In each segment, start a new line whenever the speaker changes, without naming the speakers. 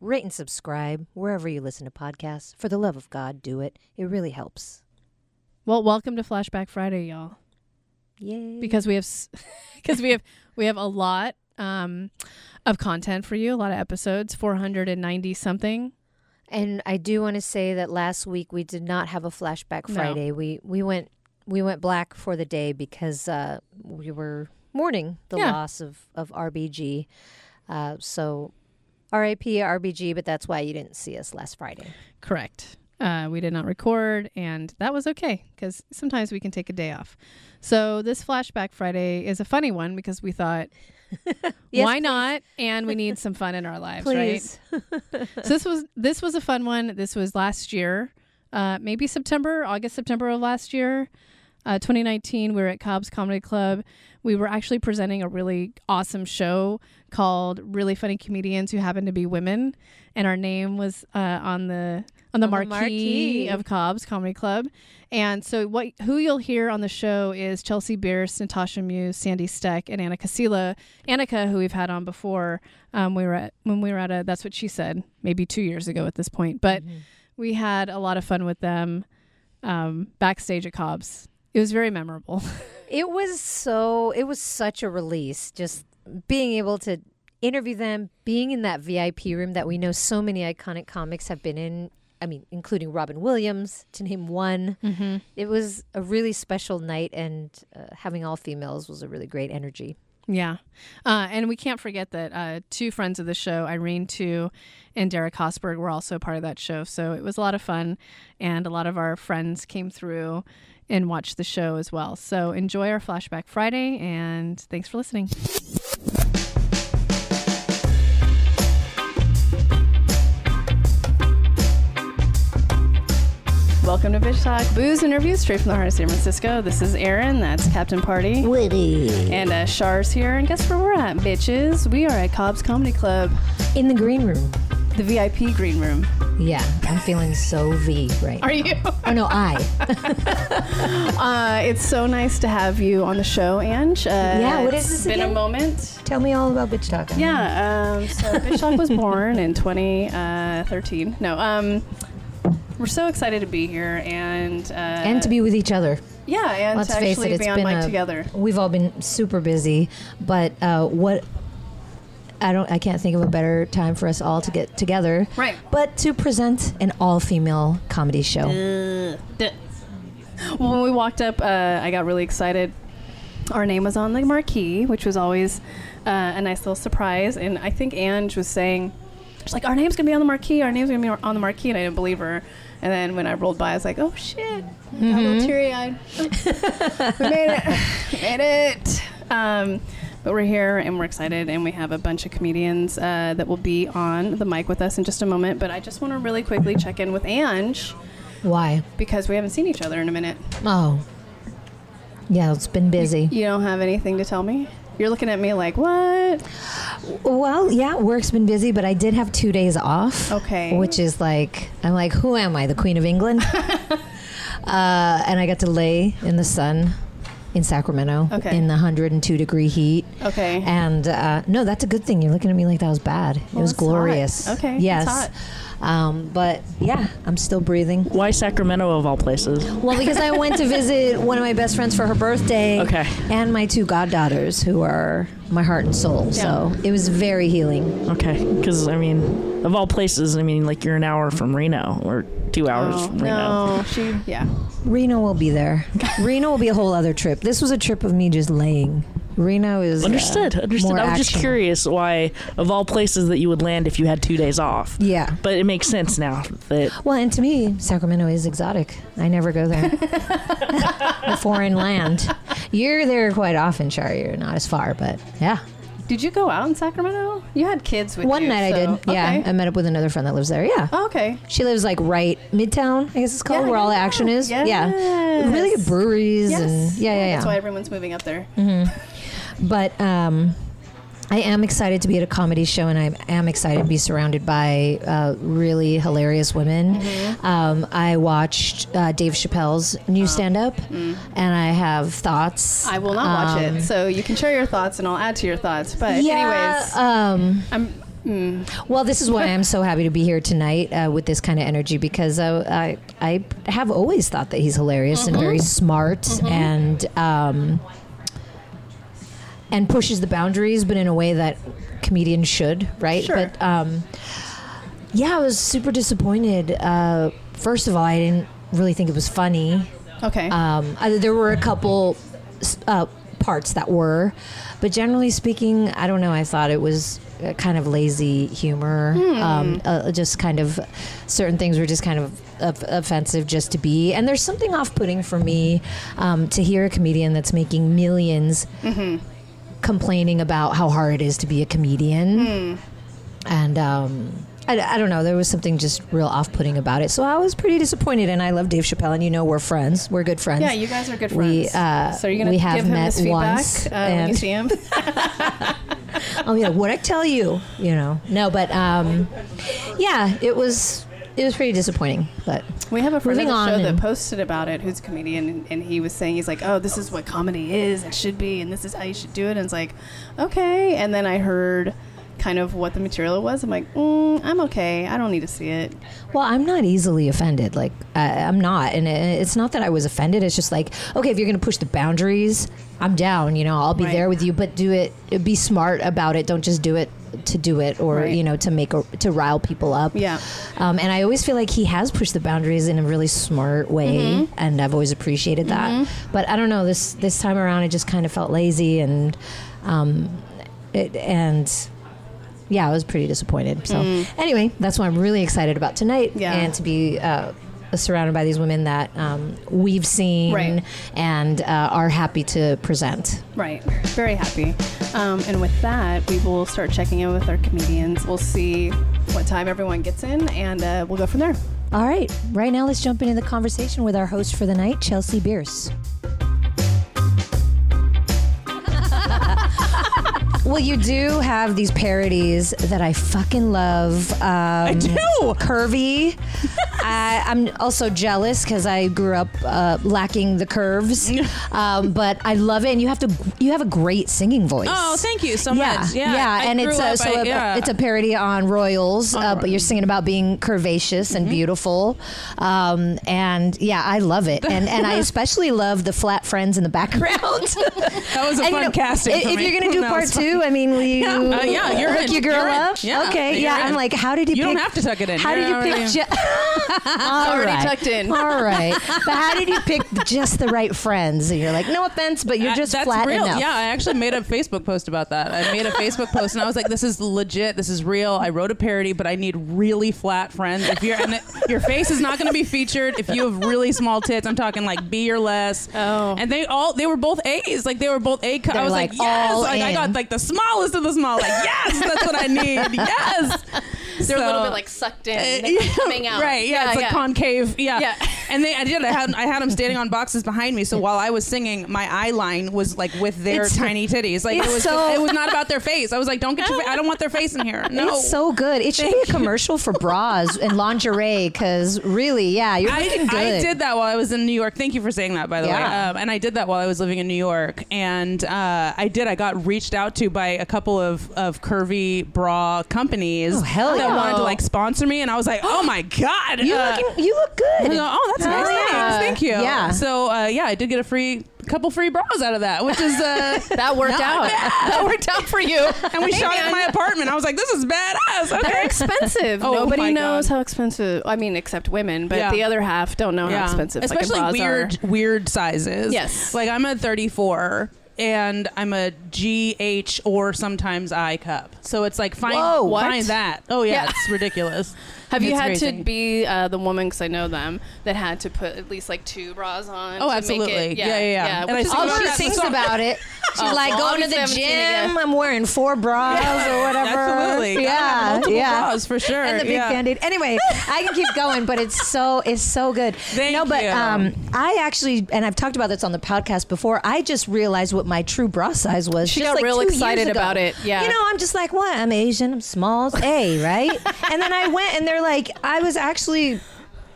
rate and subscribe wherever you listen to podcasts. For the love of God, do it. It really helps.
Well, welcome to Flashback Friday, y'all.
Yay.
because we have because we have we have a lot um of content for you a lot of episodes 490 something
and I do want to say that last week we did not have a flashback
No.
Friday. We we went we went black for the day because uh, we were mourning the
Yeah.
loss of of RBG. Uh, so RIP RBG, but that's why you didn't see us last Friday.
correct uh, we did not record and that was okay because sometimes we can take a day off so this flashback friday is a funny one because we thought
Yes,
why not and we need some fun in our lives right
Please.
so this was this was a fun one. This was last year, uh, maybe September, August, September of last year, uh, 2019. We were at Cobb's Comedy Club. We were actually presenting a really awesome show called "Really Funny Comedians Who Happen to Be Women," and our name was uh, on the on the,
On the
marquee,
marquee.
of Cobb's Comedy Club. And so what who you'll hear on the show is Chelsea Bierce, Natasha Muse, Sandy Steck, and Annika Sila. Annika, who we've had on before, um, we were at, when we were at a that's what she said maybe two years ago at this point, but we had a lot of fun with them um, backstage at Cobb's. It was very memorable.
It was so it was such a release just being able to interview them, being in that VIP room that we know so many iconic comics have been in. I mean, including Robin Williams, to name one.
Mm-hmm.
It was a really special night, and uh, having all females was a really great energy.
Yeah. Uh, and we can't forget that uh, two friends of the show, Irene Two and Derek Hosberg, were also part of that show. So it was a lot of fun. And a lot of our friends came through and watched the show as well. So enjoy our Flashback Friday. And thanks for listening. Welcome to Bitch Talk, booze interviews straight from the heart of San Francisco. This is Aaron, that's Captain Party.
Witty.
And uh, Shar's here, and guess where we're at, bitches? We are at Cobb's Comedy Club,
In the green room.
the VIP green room.
Yeah, I'm feeling so V right
Are you?
Oh, no, I.
Uh, it's so nice to have you on the show, Ange. Uh,
Yeah, what is
it's
this
Been a
again?
moment.
Tell me all about bitch talk.
Yeah. Um, so Bitch Talk was born in 2013. no. Um, we're so excited to be here, and uh,
And to be with each other.
yeah, and
Let's
to
face
actually
it, it's
be on
been
mic
a,
together.
We've all been super busy, but uh, what I don't, I can't think of a better time for us all to get together,
Right.
But to present an all-female comedy show.
Mm. Well, when we walked up, uh, I got really excited. Our name was on the marquee, which was always uh, a nice little surprise. And I think Ange was saying, she's like, our name's going to be on the marquee, our name's going to be on the marquee. And I didn't believe her. And then when I rolled by, I was like, oh shit. I got a little teary eyed. we made it. We made it. Um, but we're here and we're excited, and we have a bunch of comedians uh, that will be on the mic with us in just a moment. But I just want to really quickly check in with Ange
Why?
because we haven't seen each other in a minute.
Oh, yeah, it's been busy.
You don't have anything to tell me? You're looking at me like, what?
Well, yeah, work's been busy, but I did have two days off.
Okay.
Which is like, I'm like, who am I, the Queen of England? uh, and I got to lay in the sun in Sacramento
Okay.
in the 102 degree heat.
Okay.
And uh, no, that's a good thing. You're looking at me like that was bad. it was
that's hot.
glorious.
Okay, that's
Yes.
hot.
Um, but yeah, I'm still breathing.
Why Sacramento of all places?
Well, because I went to visit one of my best friends for her birthday.
Okay.
And my two goddaughters, who are my heart and soul. So it was very healing.
Okay, because I mean, of all places, I mean, like you're an hour from Reno or two hours
Oh,
from Reno.
no, she, yeah.
Reno will be there. Reno will be a whole other trip. This was a trip of me just laying. Reno is uh,
Understood. understood.
more
I was just
action.
curious why, of all places, that you would land if you had two days off.
Yeah.
But it makes sense now that
Well, and to me, Sacramento is exotic. I never go there. a foreign land. You're there quite often, Char. You're not as far, but yeah.
Did you go out in Sacramento? You had kids with
One
you,
night I
so-
did. Yeah, Um,
okay.
I met up with another friend that lives there. Yeah.
Oh, okay.
She lives like right midtown, I guess it's called,
Yeah,
where all the
yeah,
action is. Yeah.
yes.
Really good breweries and yeah, yeah, Mm. yeah.
That's why everyone's moving up there.
but um, I am excited to be at a comedy show, and I am excited to be surrounded by uh, really hilarious women.
Mm-hmm.
Um, I watched uh, Dave Chappelle's new stand-up, and I have thoughts.
Oh. Mm.
Um,
I will not watch it, so you can share your thoughts, and I'll add to your thoughts. But
Yeah,
anyways,
um,
I'm. Mm,
Well, this is why I'm so happy to be here tonight uh, with this kind of energy because uh, I, I I have always thought that he's hilarious and very smart and um, and pushes the boundaries, but in a way that comedians should, right?
Sure.
But um, yeah, I was super disappointed. Uh, first of all, I didn't really think it was funny.
okay.
Um, uh, there were a couple s- uh, parts that were, but generally speaking, I don't know. I thought it was uh, kind of lazy humor. Um, uh, just kind of certain things were just kind of of- offensive just to be. And there's something off-putting for me um, to hear a comedian that's making 1000000s complaining about how hard it is to be a comedian and um, I, I don't know. There was something just real off-putting about it, so I was pretty disappointed. And I love Dave Chappelle, and you know we're friends. We're good friends.
yeah, you guys are good friends.
we, uh,
so you're gonna
we have
give him
met
this feedback
once,
uh, when you
and-
see him.
I'll be like, what Oh, I tell you, you know? No, but um, yeah, it was it was pretty disappointing. But
We have a friend of the
Moving on
show that
and-
posted about it who's a comedian, and, and he was saying, he's like, oh, this is what comedy is and should be, and this is how you should do it. And it's like, okay. And then I heard kind of what the material was. I'm like, mm, I'm okay. I don't need to see it.
well, I'm not easily offended. Like I, I'm not, and it, it's not that I was offended. It's just like, okay, if you're gonna push the boundaries, I'm down. You know, I'll be
Right.
there with you, but do it. Be smart about it. Don't just do it to do it, or
Right.
you know, to make a, to rile people up.
Yeah.
Um, and I always feel like he has pushed the boundaries in a really smart way,
Mm-hmm.
and I've always appreciated that. But I don't know this this time around, I just kind of felt lazy, and um, it, and yeah, I was pretty disappointed. So anyway, that's why I'm really excited about tonight,
Mm. Yeah.
and to be. Uh, Surrounded by these women that um, we've seen
Right.
and uh, are happy to present.
Right. Very happy. Um, and with that, we will start checking in with our comedians. We'll see what time everyone gets in, and uh, we'll go from there.
All right, right now let's jump into the conversation with our host for the night, Chelsea Bierce. well, you do have these parodies that I fucking love. Um, I do. Curvy. I, I'm also jealous because I grew up uh, lacking the curves, um, but I love it. And you have to. You have a great singing voice.
Oh, thank you so
Yeah,
much.
yeah,
Yeah, I
and
grew
it's a,
up,
so
I-
a-
yeah.
it's a parody on Royals, uh, but you're singing about being curvaceous
Mm-hmm.
and beautiful, um, and yeah, I love it, and and I especially love the flat friends in the background. that
was a fun casting
If,
for
if
me.
you're gonna do
That
part
was fun.
two, I mean, will you
Yeah, uh, yeah, you're
hook
in.
your girl
You're in.
up?
Yeah,
okay, yeah.
you're
I'm
in.
like, how did you?
You don't
pick-
have to tuck it in.
How did
You're
you
already-
pick? Ju- All
already
right.
tucked in.
All right, but how did you pick just the right friends? And you're like, no offense, but you're
That-
just
that's
flat
real.
enough.
Yeah, I actually made a Facebook post about that. I made a Facebook post and I was like, "This is legit. This is real." I wrote a parody, but I need really flat friends. If you're and it- your face is not going to be featured if you have really small tits. I'm talking like B or less.
Oh.
and they all they were both A's. Like they were both A. co-
They're
I was
like,
like, yes.
all
like I
in.
got like the smallest of the small. Like yes, that's what I need. Yes.
They're a little
So-
bit like sucked in,
Uh,
they're
yeah,
coming out.
Right. Yeah. it's like concave. Yeah.
Yeah.
And they, I did. I had, I had them standing on boxes behind me. So while I was singing, my eye line was like with their
It's-
tiny titties. Like
it's
it was.
so-
it was not about their face. I was like, don't get your. Fa- I don't want their face in here. No.
It's so good. It should be a commercial for bras and lingerie because really, yeah, you're
I,
looking good.
I did that while I was in New York. Thank you for saying that, by the
Yeah.
way. Um, and I did that while I was living in New York. And uh, I did. I got reached out to by a couple of, of curvy bra companies
Oh, hell
that
yeah.
wanted to like sponsor me. And I was like, oh my god,
You
uh,
looking? You look good.
I go, oh, that's nice.
Yeah.
Thanks. Thank you.
Yeah.
So uh, yeah, I did get a free couple free bras out of that, which is uh,
That worked
Not
out.
bad.
That worked out for you.
and we
Hey,
shot
man.
in my apartment. I was like, this is badass.
They're
Okay.
expensive.
Oh
Nobody
my
knows
God.
how expensive. I mean, except women, but
Yeah.
the other half don't know how expensive. fucking
Especially
bras
weird
Are.
weird sizes.
Yes.
Like I'm a 34 and I'm a GH or sometimes I cup. So it's like find
Whoa, what?
find that. Oh yeah,
Yeah.
it's ridiculous.
Have you
It's
had
crazy.
to be uh, the woman? Because I know them that had to put at least like two bras on.
Oh,
to
absolutely.
Make it,
Yeah, yeah, yeah. And I
which is
saw
a
All
lot
Oh, she
of-
thinks about it. She's
Oh,
like
well,
going to
obviously
the
I'm seeing
gym. I'm wearing four bras or whatever.
Absolutely. Gotta have
Yeah,
multiple
yeah.
bras for sure.
And the big
yeah.
band-aid. Anyway, I can keep going, but it's so it's so good.
Thank
no, but
you.
um I actually and I've talked about this on the podcast before, I just realized what my true bra size was.
She
just
got
like
real
two years
excited
ago.
about it, yeah.
You know, I'm just like, what? I'm Asian, I'm small, A, right? and then I went and they're like, I was actually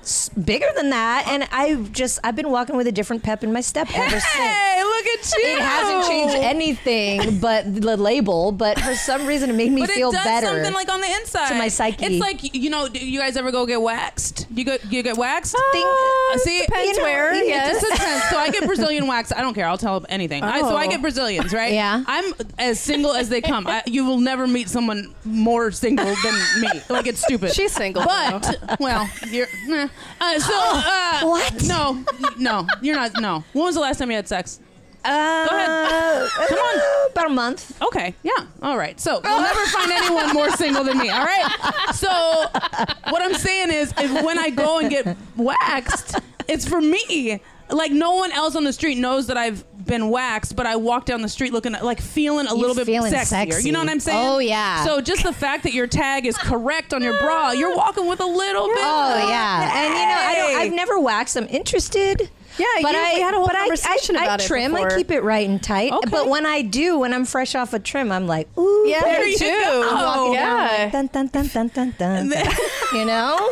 s- bigger than that and i just i've been walking with a different pep in my step ever since
Hey, look at you.
it hasn't changed anything but the label but for some reason it made me
But it
feel
does
better
something like on the inside
to my psyche.
It's like you know, do you guys ever go get waxed? You go, you get waxed.
Think-
Uh, see,
depends You know, where,
It
yeah.
just depends. So I get Brazilian wax. I don't care. I'll tell anything. I, so I get Brazilians, right?
Oh. Yeah.
I'm as single as they come. I, you will never meet someone more single than me. Like it's stupid.
She's single,
but well, you're. eh. Uh, so uh,
What?
No, no, you're not. No. When was the last time you had sex?
Uh,
Go ahead. Come on.
About a month.
Okay. Yeah. All right. So we'll never find anyone more single than me. All right. So what I'm saying is, if when I go and get waxed, it's for me. Like no one else on the street knows that I've been waxed, but I walk down the street looking at- like feeling a little bit
feeling
sexier.
sexy.
You know what I'm saying?
Oh, yeah.
So just the fact that your tag is correct on your bra, you're walking with a little bit.
Oh yeah, and you know I
Hey.
don't, I've never waxed. I'm interested.
Yeah,
but
you-
I
we had a whole
but I-
conversation
I, I,
about it
trim. I
before.
keep it right and tight.
Okay.
But when I do, when I'm fresh off a trim, I'm like, ooh,
Yeah,
There you
too.
go.
I'm walking down, like,
yeah. dun dun dun dun dun dun. dun. you know,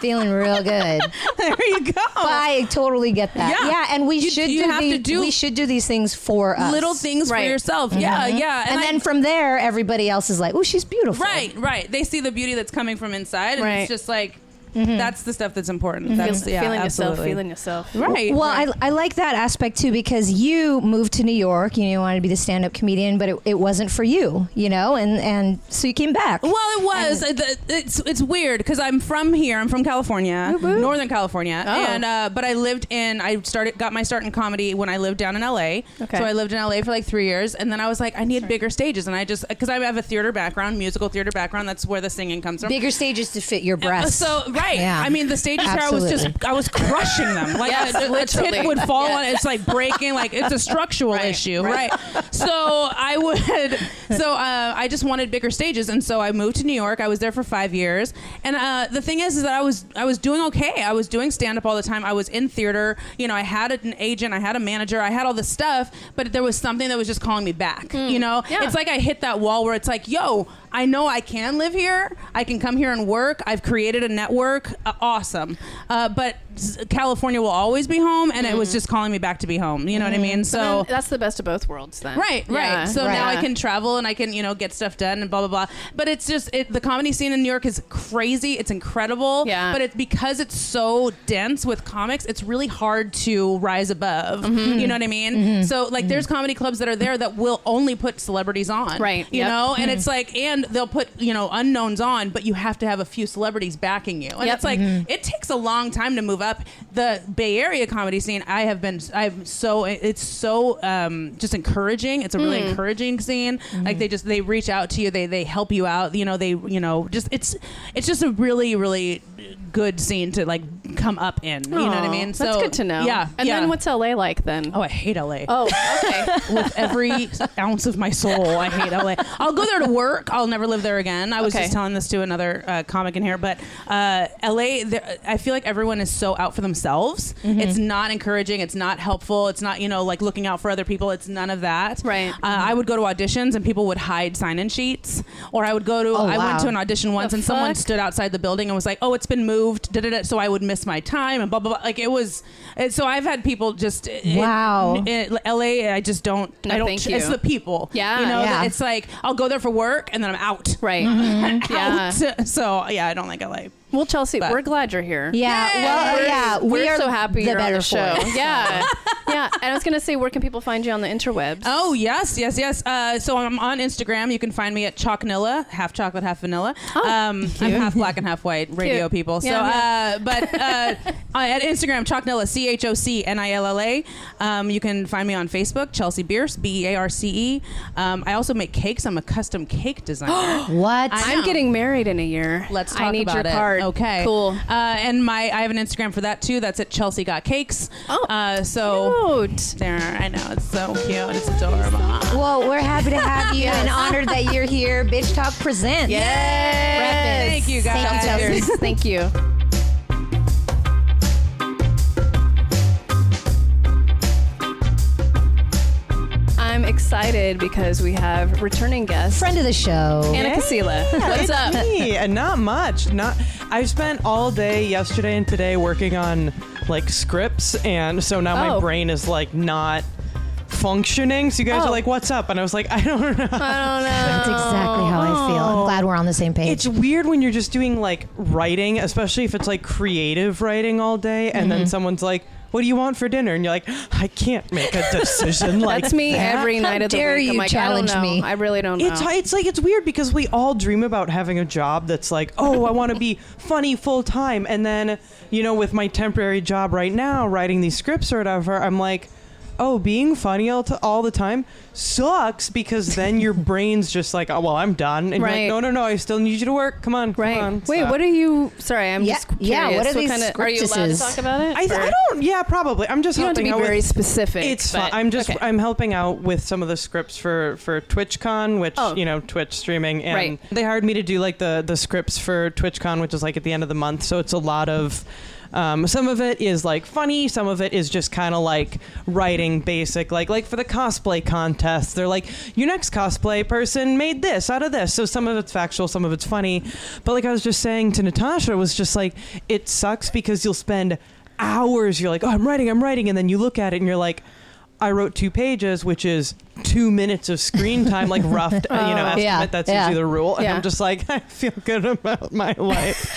feeling real good.
there you go.
But I totally get that.
Yeah.
Yeah, and we
You-
should
you
do,
have
the-
to do-
we should do these things for us.
Little things
Right.
for yourself. Yeah. Yeah.
Mm-hmm. and,
I-
then from there, everybody else is like, "Oh, she's beautiful."
Right, right. They see the beauty that's coming from inside, and
Right. Mm-hmm.
it's just like that's the stuff that's important. That's
Feel-
yeah,
feeling yourself,
absolutely.
feeling yourself.
Right.
Well,
right.
I, I like that aspect too because you moved to New York. You, know, you wanted to be the stand up comedian, but it, it wasn't for you, you know, and, and so you came back.
Well, it was. Uh, the- It's it's weird because I'm from here. I'm from California, Northern California,
Oh.
and uh, but I lived in. I started got my start in comedy when I lived down in L.A.
Okay.
So I lived in L.A. for like three years, and then I was like, I need bigger stages, and I just because I have a theater background, musical theater background. That's where the singing comes from.
Bigger stages to fit your breasts.
So right,
Yeah.
I mean the stages here, I was just
Absolutely.
I was crushing them. Like
Yes,
a, a
literally.
tit would fall on it. It's like breaking. Like it's a structural issue, right. So I would. So uh, I just wanted bigger stages, and so I moved to New York. I was there for five years, and uh, the thing is, is that I was I was doing okay. I was doing stand up all the time. I was in theater. You know, I had an agent, I had a manager, I had all this stuff, but there was something that was just calling me back. You know,
Mm. Yeah.
it's like I hit that wall where it's like, yo, I know I can live here. I can come here and work. I've created a network. Uh, awesome. Uh, but s- California will always be home, and it was just calling me back to be home. You know what I mean? So.
Mm-hmm. Then that's the best of both worlds, then.
Right, right.
Yeah,
so
right.
now I
Yeah.
can travel and I can, you know, get stuff done and blah blah blah. But it's just it, the comedy scene in New York is crazy. It's incredible.
Yeah.
But it's because it's so dense with comics, it's really hard to rise above.
Mm-hmm.
You know what I mean? So like, there's comedy clubs that are there that will only put celebrities on.
Right,
You
yep.
know, Oh,
Hmm.
and it's like, and they'll put you know unknowns on, but you have to have a few celebrities backing you, and
Yep. Mm-hmm.
it's like it takes a long time to move up the Bay Area comedy scene. I have been, I'm so, it's so um, just encouraging. It's a really
Hmm.
encouraging scene.
Mm-hmm.
Like they just they reach out to you, they they help you out. You know, they you know just it's it's just a really really good scene to like come up in. you know what I
Aw,
mean?
That's good to know.
Yeah.
And
yeah.
then what's LA like then?
Oh, I hate LA
Oh, okay.
with every ounce of my soul. I hate LA. I'll go there to work. I'll never live there again. I was
Okay.
just telling this to another uh, comic in here, but uh, LA, there, I feel like everyone is so out for themselves.
Mm-hmm.
It's not encouraging. It's not helpful. It's not you know like looking out for other people. It's none of that.
Right.
Uh, I would go to auditions and people would hide sign-in sheets, or I would go to. I
wow.
went to an audition once
Oh, The
and someone
fuck?
stood outside the building and was like, "Oh, it's been moved." Da da da. So I would miss my time and blah blah blah. Like it was. and so I've had people just it-
Wow.
it- LA, I just don't.
No,
I don't.
thank
It's
you.
the people.
Yeah.
you know,
Yeah.
it's like I'll go there for work and then I'm out.
Right.
Out.
Yeah.
So yeah, I don't like LA.
Well, Chelsea,
But-
we're glad you're here.
yeah. Well, yeah. Uh, We
We're
are
so happy
the
you're
better
on the show.
For it.
yeah. Yeah. And I was going to say, where can people find you on the interwebs?
Oh yes, yes, yes. Uh, so I'm on Instagram. You can find me at Chocnilla, half chocolate, half vanilla. um, I'm half black and half white. Radio
Oh, Cute.
people. So,
Yeah,
uh, but uh, uh, at Instagram, Chocnilla, C H O C N I L L A. Um, you can find me on Facebook, Chelsea Bierce, B E A R C E. Um, I also make cakes. I'm a custom cake designer.
What?
I-
I'm
know.
getting married in a year.
Let's
I
talk
need
about
your
it.
card. Word.
Okay.
Cool.
Uh, and my I have an Instagram for that too. That's at Chelsea Got Cakes.
Oh,
Uh, so
Cute.
there. I know it's so cute. It's adorable.
Well, we're happy to have you and honored that you're here. Bitch Talk presents.
Yes.
Thank you guys.
Thank you, Chelsea. Thank you. I'm excited because we have returning guest
Friend of the show.
Anna Casila. What's up?
me and not much not i spent all day yesterday and today working on like scripts and so now
Oh.
my brain is like not functioning so you guys
Oh.
are like what's up and i was like i don't know
I don't know.
That's exactly how I feel.
Oh.
I'm glad we're on the same page.
it's weird when you're just doing like writing especially if it's like creative writing all day and
Mm-hmm.
then someone's like what do you want for dinner and you're like i can't make a decision like
That's me
that.
every night of the
dare
week. I'm
you
like,
challenge
I don't know.
me.
I really don't know.
It's it's like it's weird because we all dream about having a job that's like, oh, I want to be funny full time, and then you know, with my temporary job right now, writing these scripts or whatever, I'm like, oh, being funny all, t- all the time sucks because then your brain's just like, oh, well, I'm done, and
Right.
you're like, no, no, no, I still need you to work. Come on,
right.
Come on,
Wait,
stop."
what are you? Sorry, I'm
Yeah,
just curious.
yeah, what are these
kind of? Are you allowed to
scriptuses?
talk about it?
I,
Or-
I don't. Yeah, probably. I'm just
You don't have to
helping
be
out with-
very specific.
It's fine.
but-
I'm just
okay.
I'm helping out with some of the scripts for for TwitchCon, which
Oh.
you know Twitch streaming, and
Right.
they hired me to do like the the scripts for TwitchCon, which is like at the end of the month. So it's a lot of. Um, some of it is like funny. Some of it is just kind of like writing basic, like like for the cosplay contest. They're like, your next cosplay person made this out of this. So some of it's factual, some of it's funny. But like I was just saying to Natasha, was just like it sucks because you'll spend hours. You're like, oh, I'm writing, I'm writing, and then you look at it and you're like, I wrote two pages, which is two minutes of screen time, like rough, you know, estimate.
yeah,
That's
yeah.
usually the rule. And
Yeah.
I'm just like, I feel good about my life.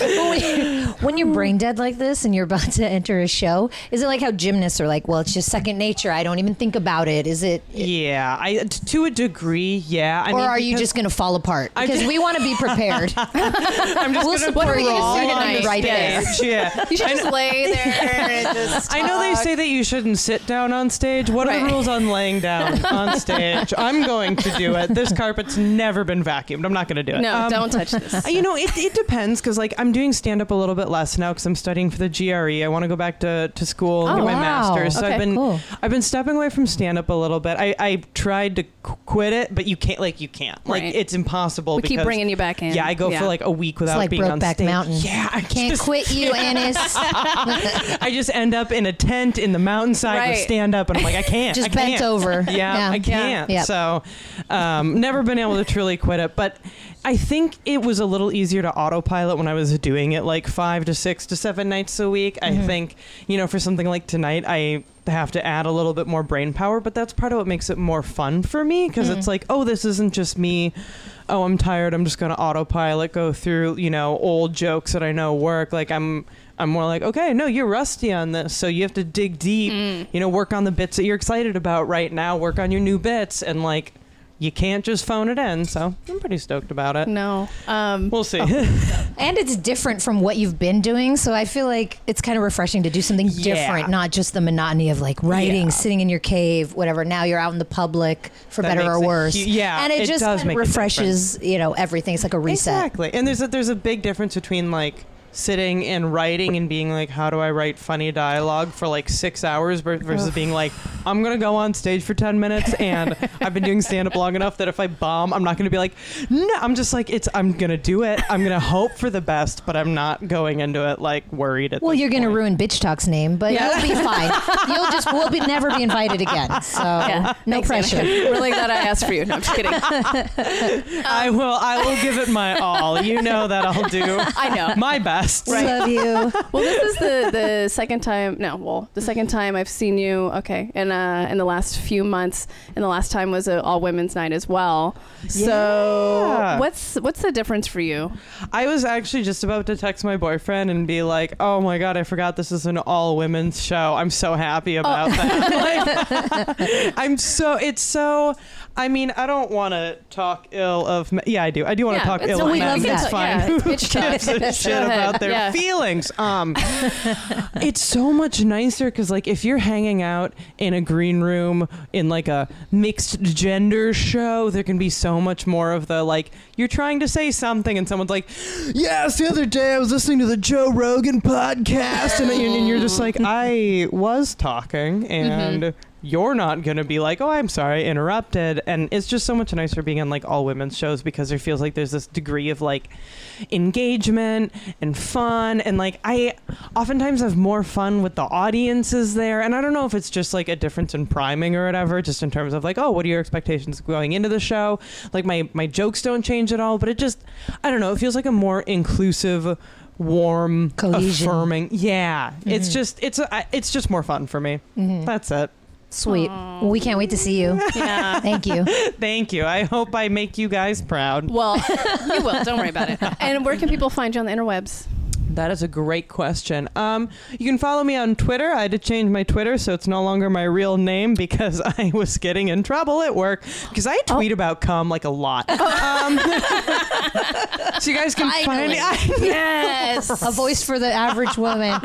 when you're brain dead like this and you're about to enter a show, is it like how gymnasts are like, well, it's just second nature. I don't even think about it. Is it,
yeah, I t- to a degree, yeah. I
or
mean,
are you
because
just going to fall apart? Because
just-
we want to be prepared.
I'm just
we'll
gonna
support you
crawl
through
on
tonight,
right
stage. Yeah.
You should just lay there and just.
I know they say that you shouldn't sit down on stage. What are
Right.
the rules on laying down on stage? I'm going to do it. This carpet's never been vacuumed. I'm not going to do it.
No,
Um,
don't touch this.
Uh, you know, it, it depends because like I'm doing stand up a little bit less now because I'm studying for the GRE. I want to go back to, to school and
Oh,
get my
wow.
master's. So
Okay,
I've been
cool.
I've been stepping away from stand up a little bit. I, I tried to qu- quit it, but you can't. Like you can't. Like
Right.
it's impossible.
We keep
because-
bringing you back in.
Yeah, I go
Yeah.
for like a week without
like
being on
Brokeback
stage.
Mountain.
Yeah, I
Can't
just,
quit you, Annis.
I just end up in a tent in the mountainside with
Right.
stand up, and I'm like, I can't.
Just
I
bent
can't.
over.
Yeah,
Yeah.
I can't.
Yeah.
So, um, never been able to truly quit it. But I think it was a little easier to autopilot when I was doing it like five to six to seven nights a week. I think, you know, for something like tonight, I have to add a little bit more brain power, but that's part of what makes it more fun for me because it's like, oh, this isn't just me. Oh, I'm tired. I'm just going to autopilot, go through, you know, old jokes that I know work. Like, I'm. I'm more like, okay, no, you're rusty on this, so you have to dig deep.
Mm.
You know, work on the bits that you're excited about right now. Work on your new bits, and like, you can't just phone it in. So I'm pretty stoked about
Mm.
it.
No. Um,
We'll
Oh,
see.
And it's different from what you've been doing. So I feel like it's kind of refreshing to do something
Yeah.
different, not just the monotony of like writing,
Yeah.
sitting in your cave, whatever. Now you're out in the public for
That
better or
makes a
worse.
hu- yeah,
And it,
it
just kind
does
of
make a
refreshes, you know, everything. It's like a reset.
Exactly. And there's a, there's a big difference between like sitting and writing and being like, how do I write funny dialogue for like six hours ver- versus being like, I'm gonna go on stage for ten minutes and I've been doing stand up long enough that if I bomb, I'm not gonna be like, no. I'm just like, it's I'm gonna do it. I'm gonna hope for the best, but I'm not going into it like worried. At
Well,
this
you're going to
point.
ruin Bitch Talk's name, but you'll be fine. You'll just, we'll be, never be invited again. So no
thanks,
pressure.
Anna. really glad I asked for you. No, I'm just kidding.
I will. I will give it my all. You know that I'll do
I know.
my best.
Love you.
Well, this is the, the second time. No, well, the second time I've seen you. Okay, and uh, in the last few months, and the last time was a all women's night as well. So
Yeah.
what's what's the difference for you?
I was actually just about to text my boyfriend and be like, "Oh my god, I forgot this is an all women's
Oh.
show. I'm so happy about that. Like, I'm so it's so I mean, I don't want to talk ill of. Ma- yeah, I do. I do want to
Yeah,
talk
it's-
ill
no,
of.
we
Matt.
love
It's
that.
fine.
Yeah,
Who
it's
gives
tough.
a
Go
shit
ahead.
about their
Yeah.
feelings? Um, it's so much nicer because, like, if you're hanging out in a green room in like a mixed gender show, there can be so much more of the like you're trying to say something and someone's like, "Yes, the other day I was listening to the Joe Rogan podcast," and, then you- and you're just like, "I was talking
Mm-hmm.
and." you're not going to be like, oh, I'm sorry, interrupted. And it's just so much nicer being on like all women's shows because it feels like there's this degree of like engagement and fun. And like, I oftentimes have more fun with the audiences there. And I don't know if it's just like a difference in priming or whatever, just in terms of like, oh, what are your expectations going into the show? Like, my, my jokes don't change at all, but it just, I don't know, it feels like a more inclusive, warm,
Cohesion.
affirming. Yeah. It's just, it's, a, I- it's just more fun for me. That's it.
Mm-hmm. Sweet. Well, we can't wait to see you.
Yeah.
Thank you.
Thank you. I hope I make you guys proud.
Well, you will. Don't worry about it. And where can people find you on the interwebs?
That is a great question. Um, you can follow me on Twitter. I had to change my Twitter, so it's no longer my real name because I was getting in trouble at work because I tweet about cum like a lot. Um, so you guys can find me. I,
Yes.
A voice for the average woman.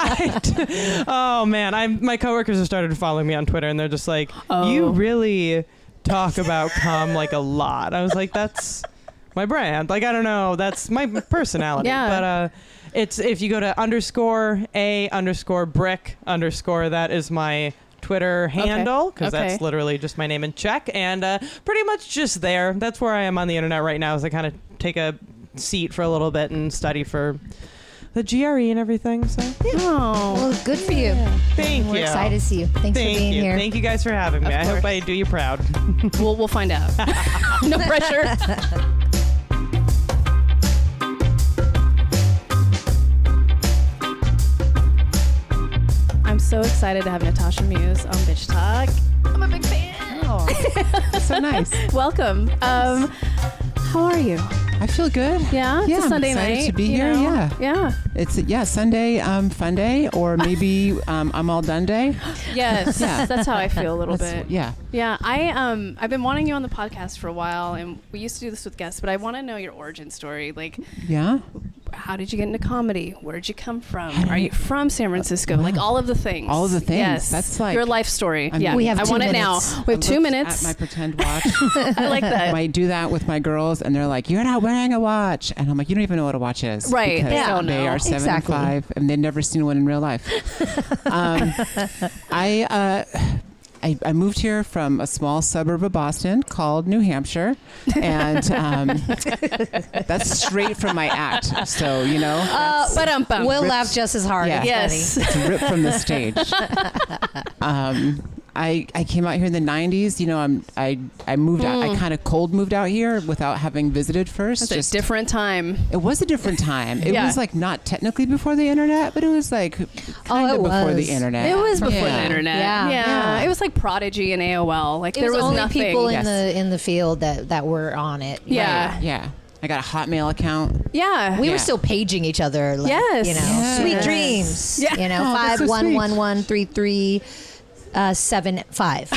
I- oh man, I my coworkers have started following me on Twitter, and they're just like, "You
Oh.
really talk about cum like a lot." I was like, "That's my brand." Like I don't know, that's my personality.
Yeah.
But uh, it's if you go to underscore a underscore brick underscore that is my. Twitter handle because that's
Okay.
literally just my name in check and uh, pretty much just there. That's where I am on the internet right now. Is I kind of take a seat for a little bit and study for the GRE and everything. So
Oh.
Well, good for you.
Thank
We're
you.
excited to see you. Thanks
Thank
for being
you.
here.
Thank you guys for having me. I hope I do you proud.
We'll, we'll find out. no pressure. I'm so excited to have Natasha Muse on Bitch Talk. I'm a big fan.
so nice.
Welcome. Um, how are you?
I feel good.
Yeah,
Yeah,
it's a
I'm
Sunday
excited
night.
to be
you
here,
know?
yeah.
yeah,
It's yeah Sunday, um, fun day, or maybe um, I'm all done day.
yes.
Yeah.
That's how I feel a little
That's-
bit.
Yeah.
Yeah, I um I've been wanting you on the podcast for a while, and we used to do this with guests, but I want to know your origin story. Like,
Yeah.
how did you get into comedy? Where did you come from? Are you from San Francisco? Like all of the things.
All of the things.
Yes,
That's like-
your life story.
I'm-
yeah,
We
have
I
two
want it now.
minutes.
We
I
have two
looked
minutes.
At my pretend watch.
I like that.
I do that with my girls, and they're like, "You're not wearing a watch," and I'm like, "You don't even know what a watch is,
Right,
Because
they don't
they
know.
are seven
Exactly.
and five, and they've never seen one in real life." um, I, uh, I I moved here from a small suburb of Boston called New Hampshire, and um, that's straight from my act. So you know,
Uh,
but um, bum.
we'll
rips.
laugh just as hard.
Yeah.
It's
yes.
it's ripped from the stage. Um, I, I came out here in the 90s. You know, I'm, I, I moved out. I kind of cold moved out here without having visited first.
It's Hmm. a different time.
It was a different time. It
Yeah.
was like not technically before the internet, but it was like kind
it
of before
was.
the internet.
It was
Yeah.
before the internet.
Yeah.
yeah,
Yeah.
It was like Prodigy and AOL. Like
It
there
was,
was,
only
nothing.
people in
Yes.
the in the field that that were on it.
yeah.
Yeah. I got a Hotmail account.
Yeah.
We
Yeah.
were still paging each other. Like,
Yes.
You know,
Yes.
sweet dreams.
Yeah.
You know,
Oh, that's
five
so
one
sweet.
one one three three uh, seven five.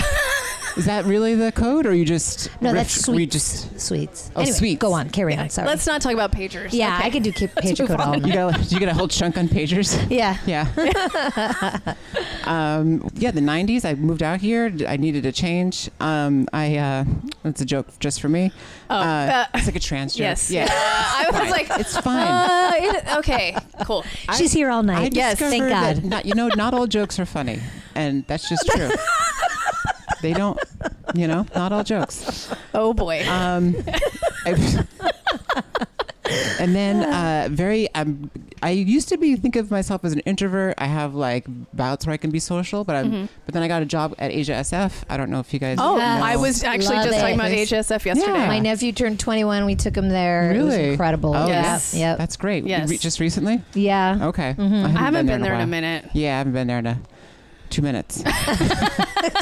Is that really the code, or you just
No,
riff-
that's sweet.
We just
sweets.
Oh,
anyway,
sweets.
Go on. Carry on. Sorry.
Let's not talk about pagers.
yeah,
Okay.
I could do ca- pager code all
you
night.
got you got a whole chunk on pagers.
Yeah.
Yeah. um, yeah, the 90s. I moved out here. I needed a change. Um, I uh, That's a joke just for me.
Oh, uh,
it's like a trans joke.
Yes.
Yeah.
Uh, I was
Fine.
like,
It's fine.
Uh, it- okay. Cool.
She's here all
I
night. yes.
discovered
Thank God.
That not, you know, not all jokes are funny, and that's just true. they don't, you know, not all jokes.
Oh boy.
Um, I- and then uh, very, um, I used to be think of myself as an introvert. I have like bouts where I can be social, but I'm. But then I got a job at Asia SF. I don't know if you guys.
Mm-hmm. oh,
know.
Yes.
I was actually
Love
just
it.
talking about HSF yesterday.
Yeah.
My nephew turned 21. We took him there. It was
Really?
incredible.
Oh,
Yes.
Yep. yep.
That's great. You
Yes. Mm-hmm.
re- just recently?
Yeah.
Okay.
I haven't been there in a,
while.
minute.
Yeah, I haven't been there in a two minutes.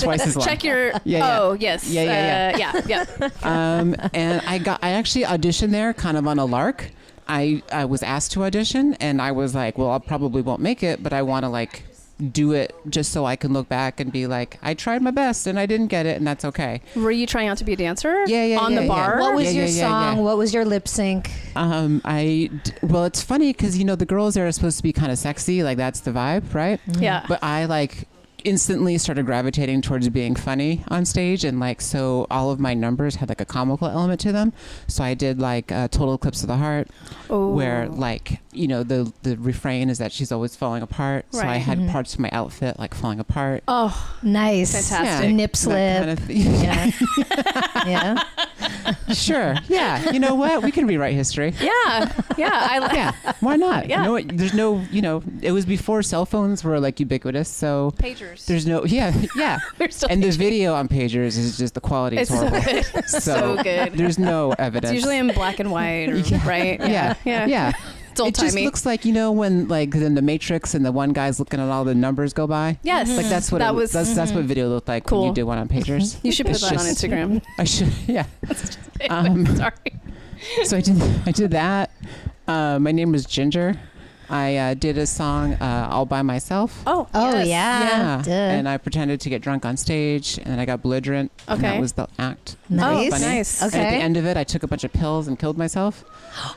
Twice as long.
Check your.
Yeah, yeah.
Oh yes.
Yeah, yeah,
yeah. Uh, yeah. Yeah.
um, and I got I actually auditioned there kind of on a lark. I, I was asked to audition and I was like, well, I probably won't make it, but I want to like do it just so I can look back and be like, I tried my best and I didn't get it, and that's okay.
Were you trying out to be a dancer?
Yeah, yeah,
On
yeah,
the
yeah.
bar.
What was
Yeah,
your
yeah, yeah,
song?
yeah.
What was your lip sync?
Um, I d- well, it's funny because you know the girls there are supposed to be kind of sexy, like that's the vibe, right?
Yeah.
Mm-hmm. But I like instantly started gravitating towards being funny on stage, and like so, all of my numbers had like a comical element to them. So I did like uh, "Total Eclipse of the Heart,"
Oh.
where like you know the the refrain is that she's always falling apart. So I
Right.
had
Mhm.
parts of my outfit like falling apart.
Oh,
Nice.
Fantastic.
Nip
That Oh,
slip.
kind of
yeah.
thing.
yeah.
sure. Yeah. You know what? We can rewrite history.
yeah, yeah. I like
Yeah. Why not?
Yeah.
No, there's no, you know, it was before cell phones were like ubiquitous. So
pagers.
there's no, yeah, yeah.
They're still
and the
paging.
video on pagers is just the quality is
It's so
horrible.
good.
So,
so good.
there's no evidence.
It's usually in black and white, or- right?
yeah.
yeah.
Yeah.
It's old
it just
timey.
looks like, you know, when like in the Matrix and the one guy's looking at all the numbers go by.
yes,
Like that's what
Mm-hmm. that
it,
was.
That's, that's what video looked like when
Cool.
you did one on pagers.
you should put
it's
that on
just-
Instagram.
I should, yeah. Um,
Sorry.
so I did I did that. Uh, my name was Ginger. I uh, did a song uh, all by myself.
Oh,
Oh
yes.
yeah. Duh.
And I pretended to get drunk on stage, and then I got belligerent. And
Okay.
that was the act.
nice.
Oh, nice.
And at the
Okay.
end of it, I took a bunch of pills and killed myself.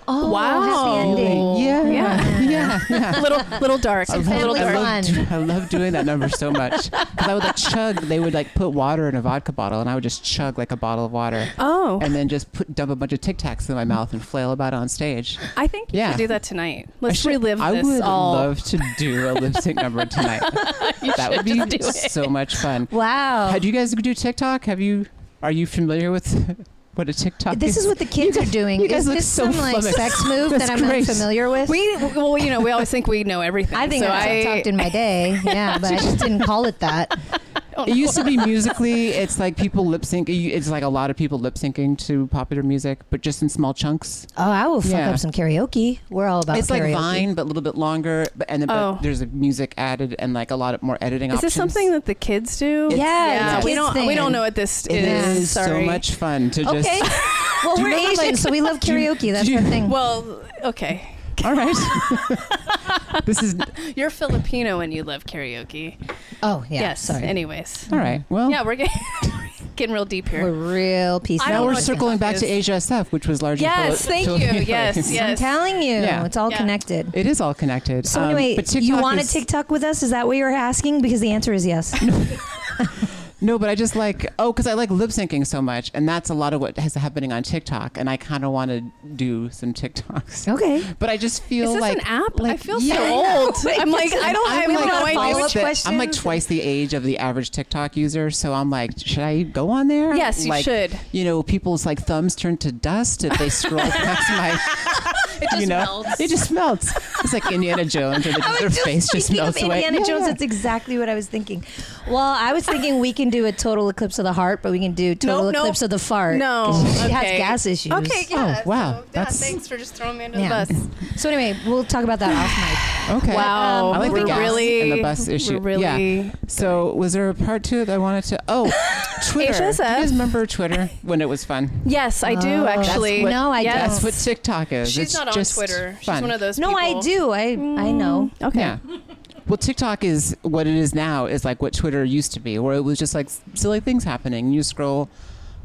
oh, Here's the ending.
Wow.
Yeah.
Yeah.
Yeah. yeah.
little little dark.
Some
A little
family
dark.
fun.
I love, I love doing that number so much. Because I would like chug, they would like put water in a vodka bottle, and I would just chug like a bottle of water.
Oh,
And then just put dump a bunch of Tic Tacs in my mouth and flail about on stage.
I think you
Yeah.
should do that tonight.
I
Let's
should-
relive
I
this
would
all.
love to do a lip sync number tonight. that would
just
be
do it. Oh.
so much fun.
Wow.
How do you guys do TikTok? Have you? Are you familiar with what a TikTok
this is what the kids are doing.
you guys
is
look
this
so
some like
flummoxed.
sex move
That's
that I'm
great.
unfamiliar with?
we well, you know, we always think we know everything.
I think
so
I TikToked in my day. Yeah, but I just didn't call it that.
don't
It
know.
used to be musically. It's like people lip sync. It's like a lot of people lip syncing to popular music, but just in small chunks.
Oh, I will fuck
Yeah.
up some karaoke. We're all about
it's
karaoke.
like Vine, but a little bit longer. But, and then
Uh, Oh.
but there's a music added and like a lot of more editing
Is this
options.
something that the kids do?
Yeah,
Yeah,
it's a
we
kids
don't we
thing.
don't know what this
It
is.
is
Sorry.
so much fun to just.
Okay. well, we're Asian, so we love karaoke. That's the thing.
Well, okay.
All right. this is
You're Filipino and you love karaoke.
oh, yeah.
yes.
Sorry.
Anyways.
all right. Well,
Yeah, we're getting getting real deep
We're
here.
real pieces.
I don't
now we're
know what
circling
TikTok
back to
is.
Asia SF, which was largely
Yes,
Fili-
thank you.
Filipino.
Yes, yes.
I'm telling you,
Yeah.
it's all
Yeah.
connected.
It is all connected.
So
Um,
anyway,
but
you
TikTok
want to
is-
TikTok with us? Is that what you're asking? Because the answer is yes.
No, but I just like oh, because I like lip syncing so much, and that's a lot of what has happening on TikTok, and I kind of want to do some TikToks.
okay.
But I just feel
Is this
like
an app? I
like-
feel
yeah, I know.
so old. I'm like, I don't I have
like,
no
not
idea.
following-
what-
twice the- I'm like
questions.
twice the age of the average TikTok user, so I'm like, should I go on there?
Yes, you
Like,
should.
You know, people's like thumbs turn to dust if they scroll past my.
It just
you know,
melts.
it just melts. It's like Indiana Jones, or the,
I was
their
just
face just
thinking
melts
of
away.
Indiana
Yeah,
Jones.
yeah.
That's exactly what I was thinking. Well, I was thinking we can do a total eclipse of the heart, but we can do total
Nope, nope.
eclipse of the fart.
No,
'cause She has
okay.
gas issues.
Okay, yeah.
Oh, wow,
so, yeah,
that's-
thanks for just throwing me under
Yeah.
the bus.
So anyway, we'll talk about that off mic.
Okay.
Wow.
Um,
I like
we're
the gas
really
and the bus issue.
We're really
yeah. So was there a part two that I wanted to? Oh, Twitter. Do you
HSF.
guys remember Twitter when it was fun?
Yes, I do
Oh.
actually.
That's what- No, I
yes.
That's what TikTok is.
She's
It's
not on
just
Twitter. She's
fun.
one of those
No, I
people.
do. I I know.
Okay.
Yeah. Well, TikTok is what it is now. Is like what Twitter used to be, where it was just like silly things happening. You scroll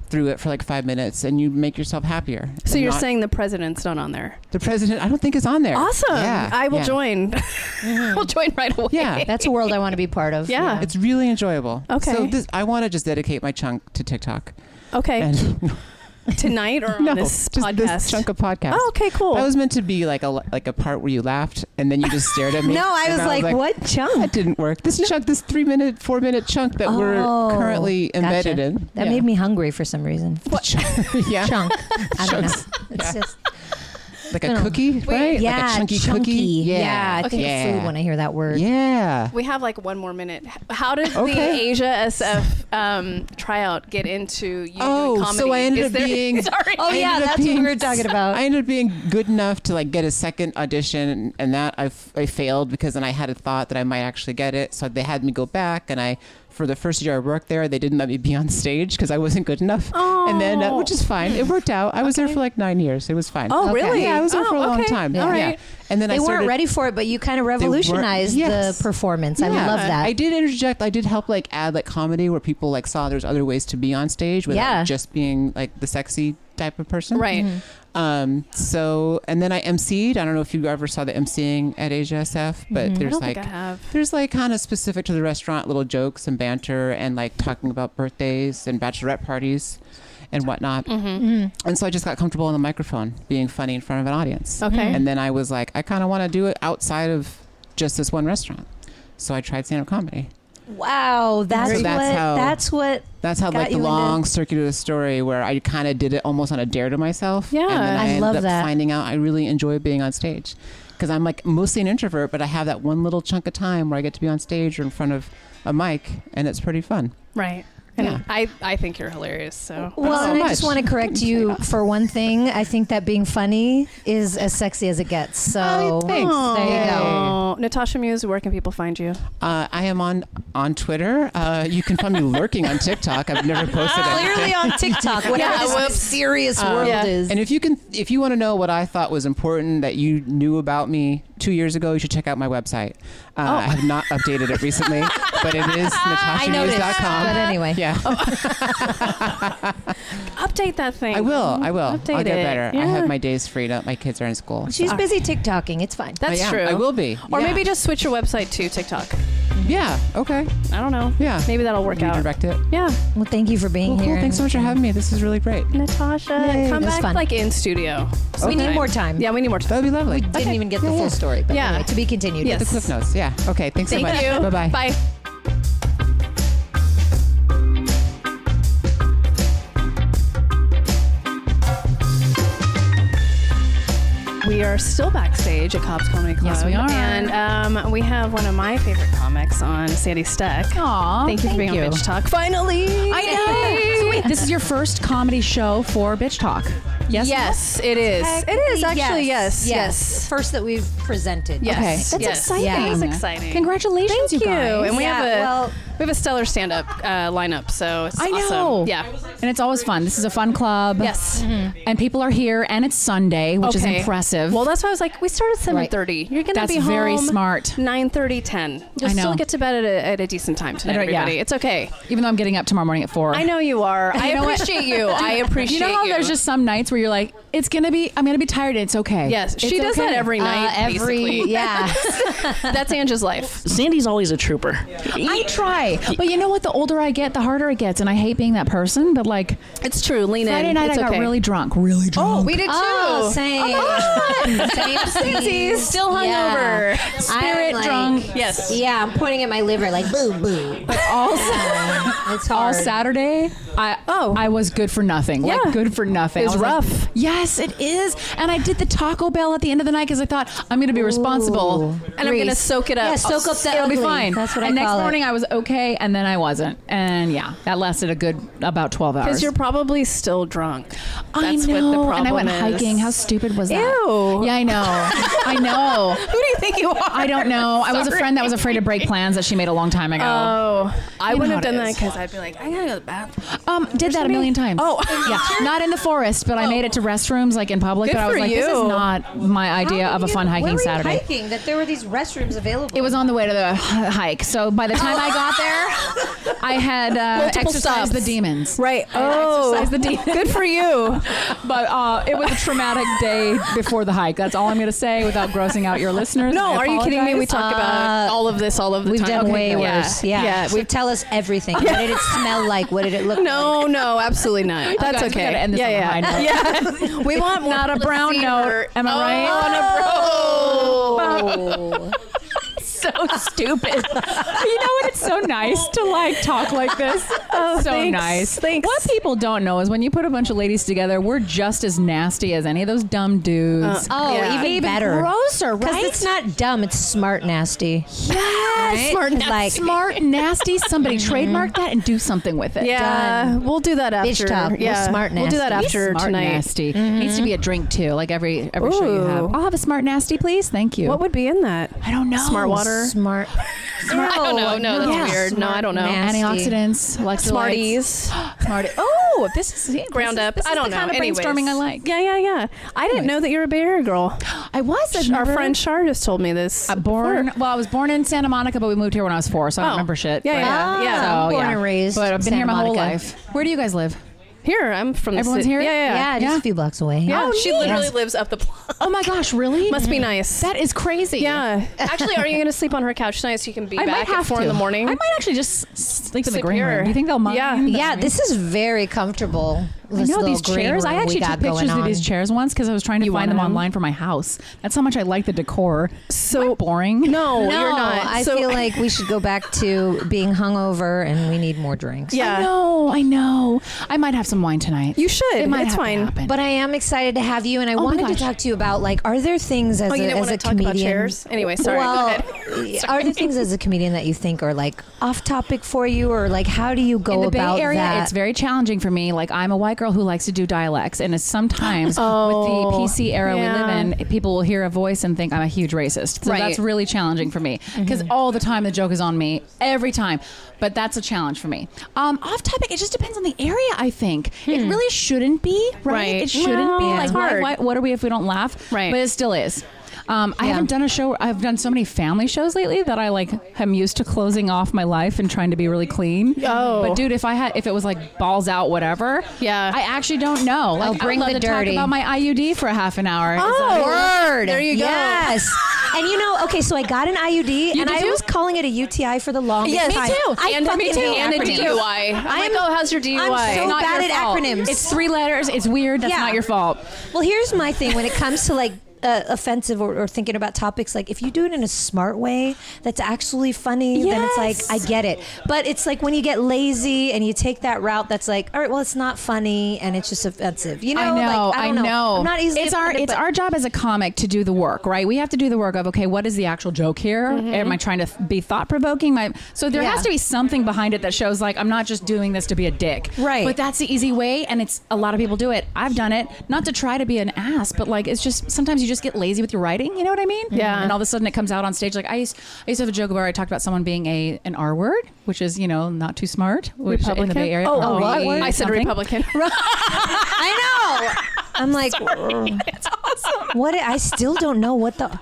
through it for like five minutes, and you make yourself happier.
So
And
you're
not-
saying the president's not on there?
the president? I don't think is on there.
Awesome.
Yeah.
I will
yeah. Mm-hmm.
join. I'll join right away.
Yeah.
That's a world I want to be part of.
Yeah.
It's really enjoyable. So
Okay.
this, I want to just dedicate my chunk to TikTok.
Okay.
And
Tonight or on this
just
podcast?
this chunk of podcast.
oh, okay, cool.
That was meant to be like a like a part where you laughed and then you just stared at me.
No, I
And
was, like, what
That
chunk?
didn't work. This chunk, this three minute, four minute chunk that
Oh,
we're currently
gotcha.
embedded in.
That
Yeah.
made me hungry for some reason.
The chunk- yeah,
Chunk. I don't know.
Chunks.
It's just
like
Been
a
a-
cookie, right?
yeah,
like a chunky, cookie.
Yeah.
Yeah,
I think
yeah.
of food when I hear that word.
yeah.
we have like one more minute. H- How did
Okay.
the Asia SF um, tryout get into you
Oh,
doing
so
comedy?
I ended
Is
up
there-
being-
Sorry.
Oh
I
yeah,
ended up
that's what we
being-
were talking about.
I ended up being good enough to like get a second audition, and- and that I, f- I failed because then I had a thought that I might actually get it. So they had me go back, and I for the first year I worked there, they didn't let me be on stage because I wasn't good enough. And then, uh,
Oh.
which is fine. It worked out. I was there for like nine years. It was fine.
Oh,
Okay.
really?
Yeah, I was there
Oh,
for a long
okay.
time.
All
Yeah.
right.
And then
they
I started,
weren't ready for it, but you kind of revolutionized
yes.
the performance. I
Yeah.
love that.
I did interject. I did help like add like comedy where people like saw there's other ways to be on stage without
Yeah.
just being like the sexy type of person.
Right.
Um, so and then I emceed. I don't know if you ever saw the emceeing at Asia SF, but
Mm-hmm.
I
there's
don't
like
think I have.
there's like kind of specific to the restaurant little jokes and banter and like talking about birthdays and bachelorette parties and whatnot.
Mm-hmm.
And so I just got comfortable on the microphone being funny in front of an audience.
Okay.
And then I was like, I kind of want to do it outside of just this one restaurant. So I tried stand up comedy.
wow, that's
So
what
that's how-
that's what
That's how
Got
like the
you into-
long circuitous story where I kind of did it almost on a dare to myself.
Yeah.
and then
I
I, ended
love
up
that.
finding out I really enjoy being on stage because I'm like mostly an introvert, but I have that one little chunk of time where I get to be on stage or in front of a mic, and it's pretty fun.
Right. And
Yeah.
I, I think you're hilarious. So
Well,
so
and I
much.
just want to correct you for one thing. I think that being funny is as sexy as it gets. So
Oh, thanks.
there you go.
Aw. Natasha Muse, where can people find you?
Uh, I am on on Twitter. Uh, you can find me lurking on TikTok. I've never posted anything.
Clearly on TikTok, whatever
Yeah,
this
whoops.
mysterious
Um,
world
Yeah.
is.
And if you can, if you want to know what I thought was important that you knew about me two years ago, you should check out my website. Uh, I have not updated it recently, but it is
Oh. I noticed. But
natashanews.com.
anyway,
Yeah,
Update that thing.
I will. I will.
Update
I'll get
it.
better. I
Yeah.
have my days freed up. My kids are in school.
she's busy TikToking. It's fine.
That's
I am.
true.
I will be.
Or
Yeah.
maybe just switch your website to TikTok.
Yeah. Okay.
I don't know.
Yeah.
Maybe that'll work out.
Redirect it.
Yeah.
Well, thank you for being
Cool,
here.
cool. Thanks so much for having me. This is really great.
Natasha,
Yay.
come
It was
back
fun.
like in studio.
We need
sometime.
more time.
Yeah, we need more time.
That would be lovely.
Didn't even get the full story, but
Yeah.
anyway, to be continued.
Yes.
Cliff notes. Yeah. Okay. Thanks
Thank
so much.
you.
Bye bye.
Bye. We are still backstage at Cops Comedy Club.
Yes, we are.
And um, we have one of my favorite comics on, Sandy Steck.
Aw,
Thank you for being on Bitch Talk. Finally!
I know. so wait, this is your first comedy show for Bitch Talk. Yes.
Yes, it is. It is actually, yes. Yes.
First that we've presented.
Yes.
Okay.
Yes.
That's
exciting.
Yeah. It is
Yeah.
exciting.
Congratulations,
Thank you.
you guys.
And we
Yeah,
have a
well-
we have a stellar stand up uh, lineup, so it's
I know.
awesome. Yeah.
And it's always fun. This is a fun club.
Yes. Mm-hmm.
and people are here and it's sunday which
Okay.
is impressive
Well, that's why I was like, we start at seven thirty. You're gonna
That's
be home
very smart.
9:30, 10. You'll
I know.
still get to bed at a, at a decent time tonight,
I don't- yeah.
everybody. It's okay.
even though i'm getting up tomorrow morning at four
I know you are. I
know what?
appreciate you. I appreciate
you know how
you.
there's just some nights where you're like it's gonna be i'm gonna be tired and it's okay
yes. She
It's
does
okay.
that every night. basically.
Uh, yeah.
That's Angie's life.
Sandy's always a trooper.
i try but you know what the older i get the harder it gets and i hate being that person but like
It's true. Lean
friday
in.
night
It's
i
okay.
got really drunk really drunk
Oh, we did too.
Oh, same. same.
Sissy, still hungover.
Yeah.
Spirit
I'm like-
drunk.
Yes.
Yeah, I'm pointing at my liver like boo boo. But all it's hard.
all Saturday, I
Oh.
I was good for nothing.
Yeah.
Like good for nothing.
It's
I was like,
rough.
yes, it is. And I did the Taco Bell at the end of the night because I thought I'm going to be responsible.
And I'm gonna soak it up.
Yeah, soak up that
It'll be
ugly.
fine.
That's what
and
I
next
call
morning
it.
I was okay, and then I wasn't, and yeah, that lasted a good about twelve hours.
Because you're probably still drunk.
I
That's
know,
what the problem
and I went
is.
hiking. How stupid was that?
Ew.
Yeah, I know. I know.
Who do you think you are?
I don't know. I was a friend that was afraid to break plans that she made a long time ago.
Oh, I
You know
wouldn't
how
have
it
done that
is.
because I'd be like, I gotta go to the bathroom.
Um, did that a million times.
Oh.
yeah. Not in the forest, but I made it to restrooms like in public.
Good
but I was
for
like, this is
you.
not my idea
How
of a
did you-
fun
where
hiking
were you
Saturday.
hiking that there were these restrooms available.
It was on the way to the h- hike, so by the time I got there, I had uh,
Multiple stops.
exercised the demons.
Right. Oh,
exercise the demons.
good for you.
But uh, it was a traumatic day before the hike. That's all I'm going to say without grossing out your listeners.
No,
I
are you kidding me? We
apologize.
talk about
Uh,
all of this all of the
We've
time.
done way
Okay,
worse. Yeah.
Yeah.
So
We've
tell us everything. What did it smell like? What did it look like?
no, no, absolutely not. That's
guys, we
okay.
gotta end this
yeah,
on a
yeah.
high note.
yeah. We want
Not a brown note, am I right?
Oh.
so stupid. you know what? It's so nice to like talk like this. Oh, so
thanks,
nice.
thanks.
What people don't know is when you put a bunch of ladies together, we're just as nasty as any of those dumb dudes.
Oh,
Yeah.
even, better.
grosser,
Because it's not dumb. It's smart nasty.
yes.
Smart
Smart,
Like-
nasty. smart, nasty. Somebody trademark that and do something with it.
Mm-hmm. Yeah, we'll do that after.
Bitch talk. We're
Yeah,
smart
We'll do that
nasty.
after
smart
tonight. Mm-hmm.
nasty needs to be a drink too. Like every every show you
Ooh.
have, I'll have a smart nasty, please. Thank you.
What would be in that?
I don't know.
Smart water.
Smart.
I don't know. No, that's
Yeah.
weird. No, I don't know.
Nasty.
Antioxidants, electrolytes.
Smarties.
Smarty. Oh, this is see,
Ground
this is-
up.
This
I
is
don't
the
know.
Kind of
Anyways.
brainstorming I like.
Yeah, yeah, yeah. I didn't
Anyways.
know that you're a Bay Area girl.
I was
Our friend Shar just told me this.
Uh, born well, I was born in Santa Monica, but we moved here when I was four, so I
Oh.
don't remember shit.
Yeah, yeah,
but-
yeah.
So,
Born
yeah.
and raised
But I've been
Santa
here my whole
Monica.
life. Where do you guys live?
Here, I'm from.
Everyone's
the ci-
here?
Yeah, yeah.
Yeah, just
Yeah.
a few blocks away.
Oh, she
neat.
literally lives up the block.
Oh my gosh, really?
Must be nice.
That is crazy.
yeah. Actually, are you going to sleep on her couch tonight so you can be
I might
back at
have
four
to.
in the morning?
I might actually just s- sleep in the
Sleep
green
here.
room. You think they'll mind?
Yeah.
that
Yeah,
I'm-
this is very comfortable.
I
this
know
little
these
green
chairs. I
room we
actually
got
took pictures
going
of these
on.
chairs once because I was trying to
You
find them
wanted 'em?
online for my house. That's how much I like the decor.
So-
So boring.
No,
No,
you're not.
I
So-
feel like we should go back to being hungover and we need more drinks.
Yeah.
I know. I know. I might have some wine tonight.
You should.
It might
It's
have to
fine.
happen.
But I am excited to have you, and I
Oh my
wanted to
gosh.
talk to you about like, are there things as
Oh,
a
you didn't
as
wanna
a
talk about
comedian?
chairs? Anyway, sorry, go
Well,
ahead.
are there things as a comedian that you think are like off topic for you, or like how do you go
in the
about
Bay Area,
that?
it's very challenging for me. Like I'm a white girl who likes to do dialects, and it's sometimes
Oh,
with the PC era
yeah.
we live in, people will hear a voice and think I'm a huge racist. So
Right. Mm-hmm.
that's really challenging for me because all the time the joke is on me every time. But that's a challenge for me. Um, off topic, it just depends on the area. I think it really shouldn't be right.
Hmm. Right.
It shouldn't be
No,
like
it's
why,
hard.
why, what are we if we don't laugh?
Right.
but it still is. Um, I
Yeah.
haven't done a show. I've done so many family shows lately that I like am used to closing off my life and trying to be really clean.
Oh.
But dude, if I had, if it was like balls out, whatever.
Yeah.
I actually don't know. Like, I'd
bring
love
the
to talk
dirty.
about my IUD for a half an hour.
Oh,
Word.
There you go.
Yes. and you know, okay, so I got an IUD, and
did
I
too?
was calling it a UTI for the longest
Yes,
time.
me too.
I
and
fucking
me too.
hate
And a
acronyms.
DUI. I'm, like,
I'm-
oh, how's your DUI?
so
It's not
bad
your
at
fault.
acronyms.
It's three letters. It's weird. That's
Yeah.
not your fault.
Well, here's my thing when it comes to like uh, offensive or, or thinking about topics, like if you do it in a smart way that's actually funny, then it's like, I get it. But it's like when you get lazy and you take that route that's like, all right, well, it's not funny and it's just offensive. You know,
I know,
like, I,
I,
don't
know.
I'm not easily
It's our
offended,
it's
but-
our job as a comic to do the work, right? We have to do the work of okay, what is the actual joke here? Am I trying to th- be thought provoking? My so there
Mm-hmm. Yeah.
has to be something behind it that shows like I'm not just doing this to be a dick,
Right.
But that's the easy way, and it's a lot of people do it. I've done it, not to try to be an ass, but like it's just sometimes you just get lazy with your writing. You know what I mean?
Yeah.
And all of a sudden it comes out on stage. Like I used I used to have a joke where I talked about someone being a an R word, which is you know not too smart, which in the Bay Area.
Oh,
R
oh,
word
I said
something.
Republican.
I know. I'm like, what? I still don't know what the.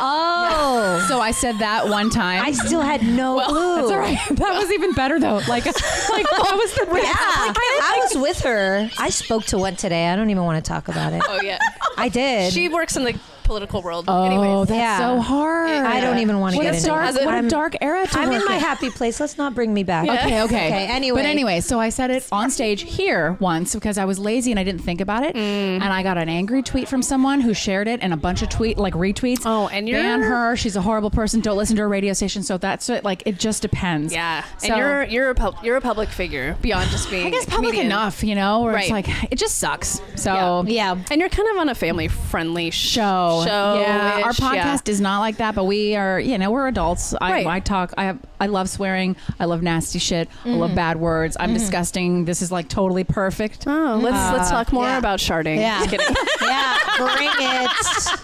Oh,
So I said that one time.
I still had no clue.
That's all right. That was even better though. Like, like that was the
Yeah, I was with her. I spoke to one today. I don't even want to talk about it.
oh, yeah.
I did.
She works in the political world.
Oh,
Anyways.
that's
Yeah.
so hard.
I don't even want to
What
get
a
into
dark,
it.
what a
I'm-
dark era to
I'm
work
in my happy place. Let's not bring me back.
Okay, okay.
Okay, anyway.
But anyway, so I said it on stage here once because I was lazy and I didn't think about it. And I got an angry tweet from someone who shared it and a bunch of tweet like retweets.
Oh, and you're-
ban her. She's a horrible person. Don't listen to her radio station. So that's it. Like it just depends.
Yeah.
So,
and you're you're a pub- you're a public figure beyond just being
I guess
a
public
comedian.
enough, you know, where it's
Right.
like it just sucks. So
Yeah.
And you're kind of on a family friendly show.
show. yeah, our
show-ish,
podcast
yeah.
is not like that, but we are. You know, we're adults. I,
Right.
I talk. I have. I love swearing. I love nasty shit. I love bad words. I'm disgusting. This is like totally perfect.
Oh, let's
Uh,
let's talk more
yeah.
about sharding.
Yeah.
Just kidding.
yeah, bring it.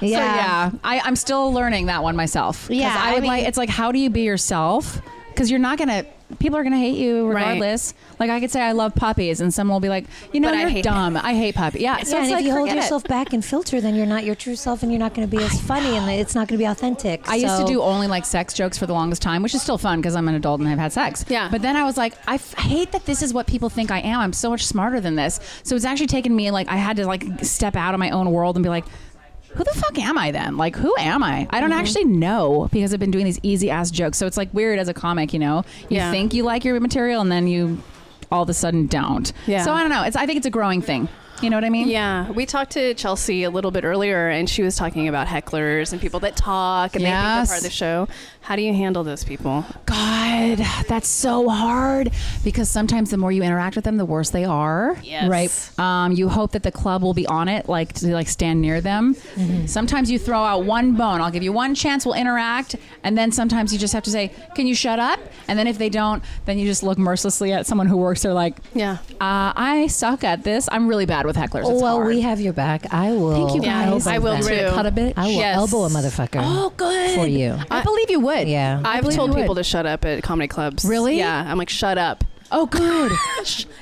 Yeah.
So yeah, I, I'm still learning that one myself. 'Cause
Yeah,
I
I
would
mean-
like. It's like, how do you be yourself? Because you're not gonna. People are gonna hate you
Right.
regardless. Like I could say I love puppies, and someone will be like, you know,
But I
you're
hate-
dumb. I hate puppies. Yeah. So
Yeah,
it's
and
like
if you hold
forget it.
yourself back and filter, then you're not your true self, and you're not going to be as funny, and it's not going to be authentic.
I used to
So-
do only like sex jokes for the longest time, which is still fun because I'm an adult and I've had sex.
Yeah.
But then I was like, I f- hate that this is what people think I am. I'm so much smarter than this. So it's actually taken me like I had to like step out of my own world and be like. Who the fuck am I then? Like, who am I? I
Mm-hmm.
don't actually know because I've been doing these easy ass jokes. So it's like weird as a comic, you know? You
Yeah.
think you like your material and then you all of a sudden don't.
Yeah.
So I don't know. It's I think it's a growing thing. You know what I mean?
Yeah, we talked to Chelsea a little bit earlier, and she was talking about hecklers and people that talk and they think they're
Yes.
part of the show. How do you handle those people?
God, God, that's so hard because sometimes the more you interact with them, the worse they are.
Yes.
Right. Um, you hope that the club will be on it, like to like stand near them.
Mm-hmm.
Sometimes you throw out one bone. I'll give you one chance. We'll interact, and then sometimes you just have to say, "Can you shut up?" And then if they don't, then you just look mercilessly at someone who works. They're like,
Yeah.
uh, "I suck at this. I'm really bad with hecklers." It's
well,
hard.
we have your back. I will.
Thank you,
guys.
elbow
I will
them.
too.
To the Cut a bit. I will
Yes.
elbow a motherfucker.
Oh, good
For you.
I, believe you would.
Yeah.
I
I've
believe
told
you
people to
would.
shut up at comedy clubs.
Really?
Yeah. I'm like, shut up.
Oh, good.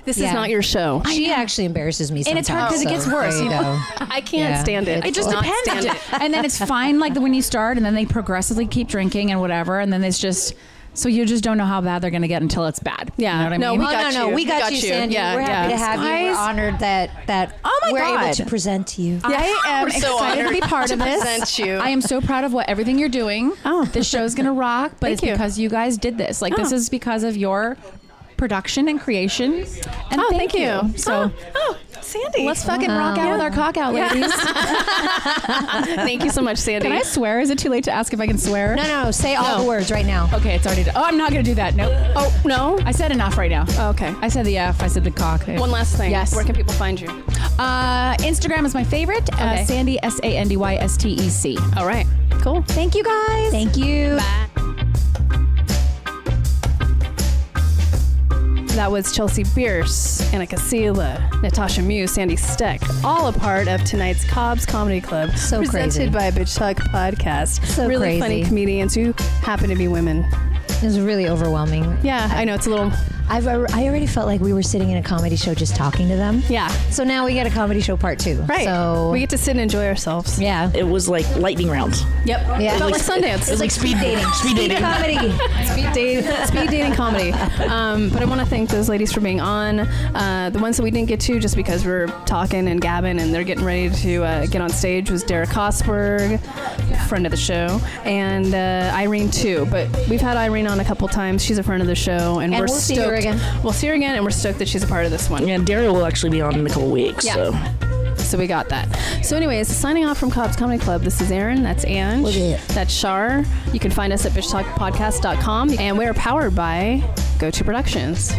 This
Yeah.
is not your show.
she actually embarrasses me,
And it's hard
sometimes,
'cause it gets
so
worse,
there
you know?
go.
I can't
Yeah.
stand it.
It
I
It just
cannot
depends.
stand it.
and then it's fine, like the, when you start, and then they progressively keep drinking and whatever, and then it's just so you just don't know how bad they're gonna get until it's bad.
Yeah.
you know what I
No,
mean.
we
oh,
got
no,
you.
no, we
We
got,
got
you,
you.
Sandy.
Yeah,
we're happy
yeah.
to have you.
Guys.
We're honored that that
Oh my
we're able
God. Uh,
to present to you.
I am
so
excited to be
honored
part
to
of this.
present you.
I am so proud of what everything you're doing.
Oh.
This show's gonna rock, but
Thank
it's
you.
because you guys did this. Like this
Oh.
is because of your production and creation. And
Oh,
thank,
thank you.
So
Oh, Sandy. Uh-huh.
let's fucking rock out with our cock out, ladies.
Thank you so much, Sandy.
Can I swear? Is it too late to ask if I can swear?
No, no, no. Say all the words right now.
Okay, it's already done. Oh, I'm not gonna do that. Nope.
Oh, no?
I said enough right now.
oh, Okay.
I said the F. I said the cock.
One last thing.
Yes.
Where can people find you?
Uh, Instagram is my favorite. Uh,
Okay.
Sandy S A N D Y S T E C.
All right. Cool.
Thank you guys. Thank you.
That was Chelsea Bierce, Annika Seela, Natasha Mew, Sandy Steck, all a part of tonight's Cobb's Comedy Club.
So crazy.
presented by Bitch Talk Podcast.
So
really
crazy.
funny comedians who happen to be women.
It was really overwhelming.
Yeah, I know it's a little.
I've al- I already felt like we were sitting in a comedy show just talking to them.
Yeah,
So now we get a comedy show part two.
right.
So
we get to sit and enjoy ourselves.
yeah.
It was like lightning rounds.
Yep.
Yeah.
It felt like Sundance.
It's like speed dating. Speed dating. comedy.
speed dating, speed dating comedy. Um, but I want to thank those ladies for being on. Uh, the ones that we didn't get to, just because we're talking and gabbing and they're getting ready to uh, get on stage, was Derek Kosberg, friend of the show, and uh, Irene too. But we've had Irene on a couple times. She's a friend of the show, and,
And
we're
we'll see
stoked.
her again.
We'll see her again, and we're stoked that she's a part of this one.
And Dario will actually be on in a couple weeks.
Yeah.
So.
So we got that. So, anyways, signing off from Cobb's Comedy Club. This is Aaron. That's Ange.
it.
That's Shar. You can find us at bitchtalkpodcast.com, and we are powered by GoTo Productions.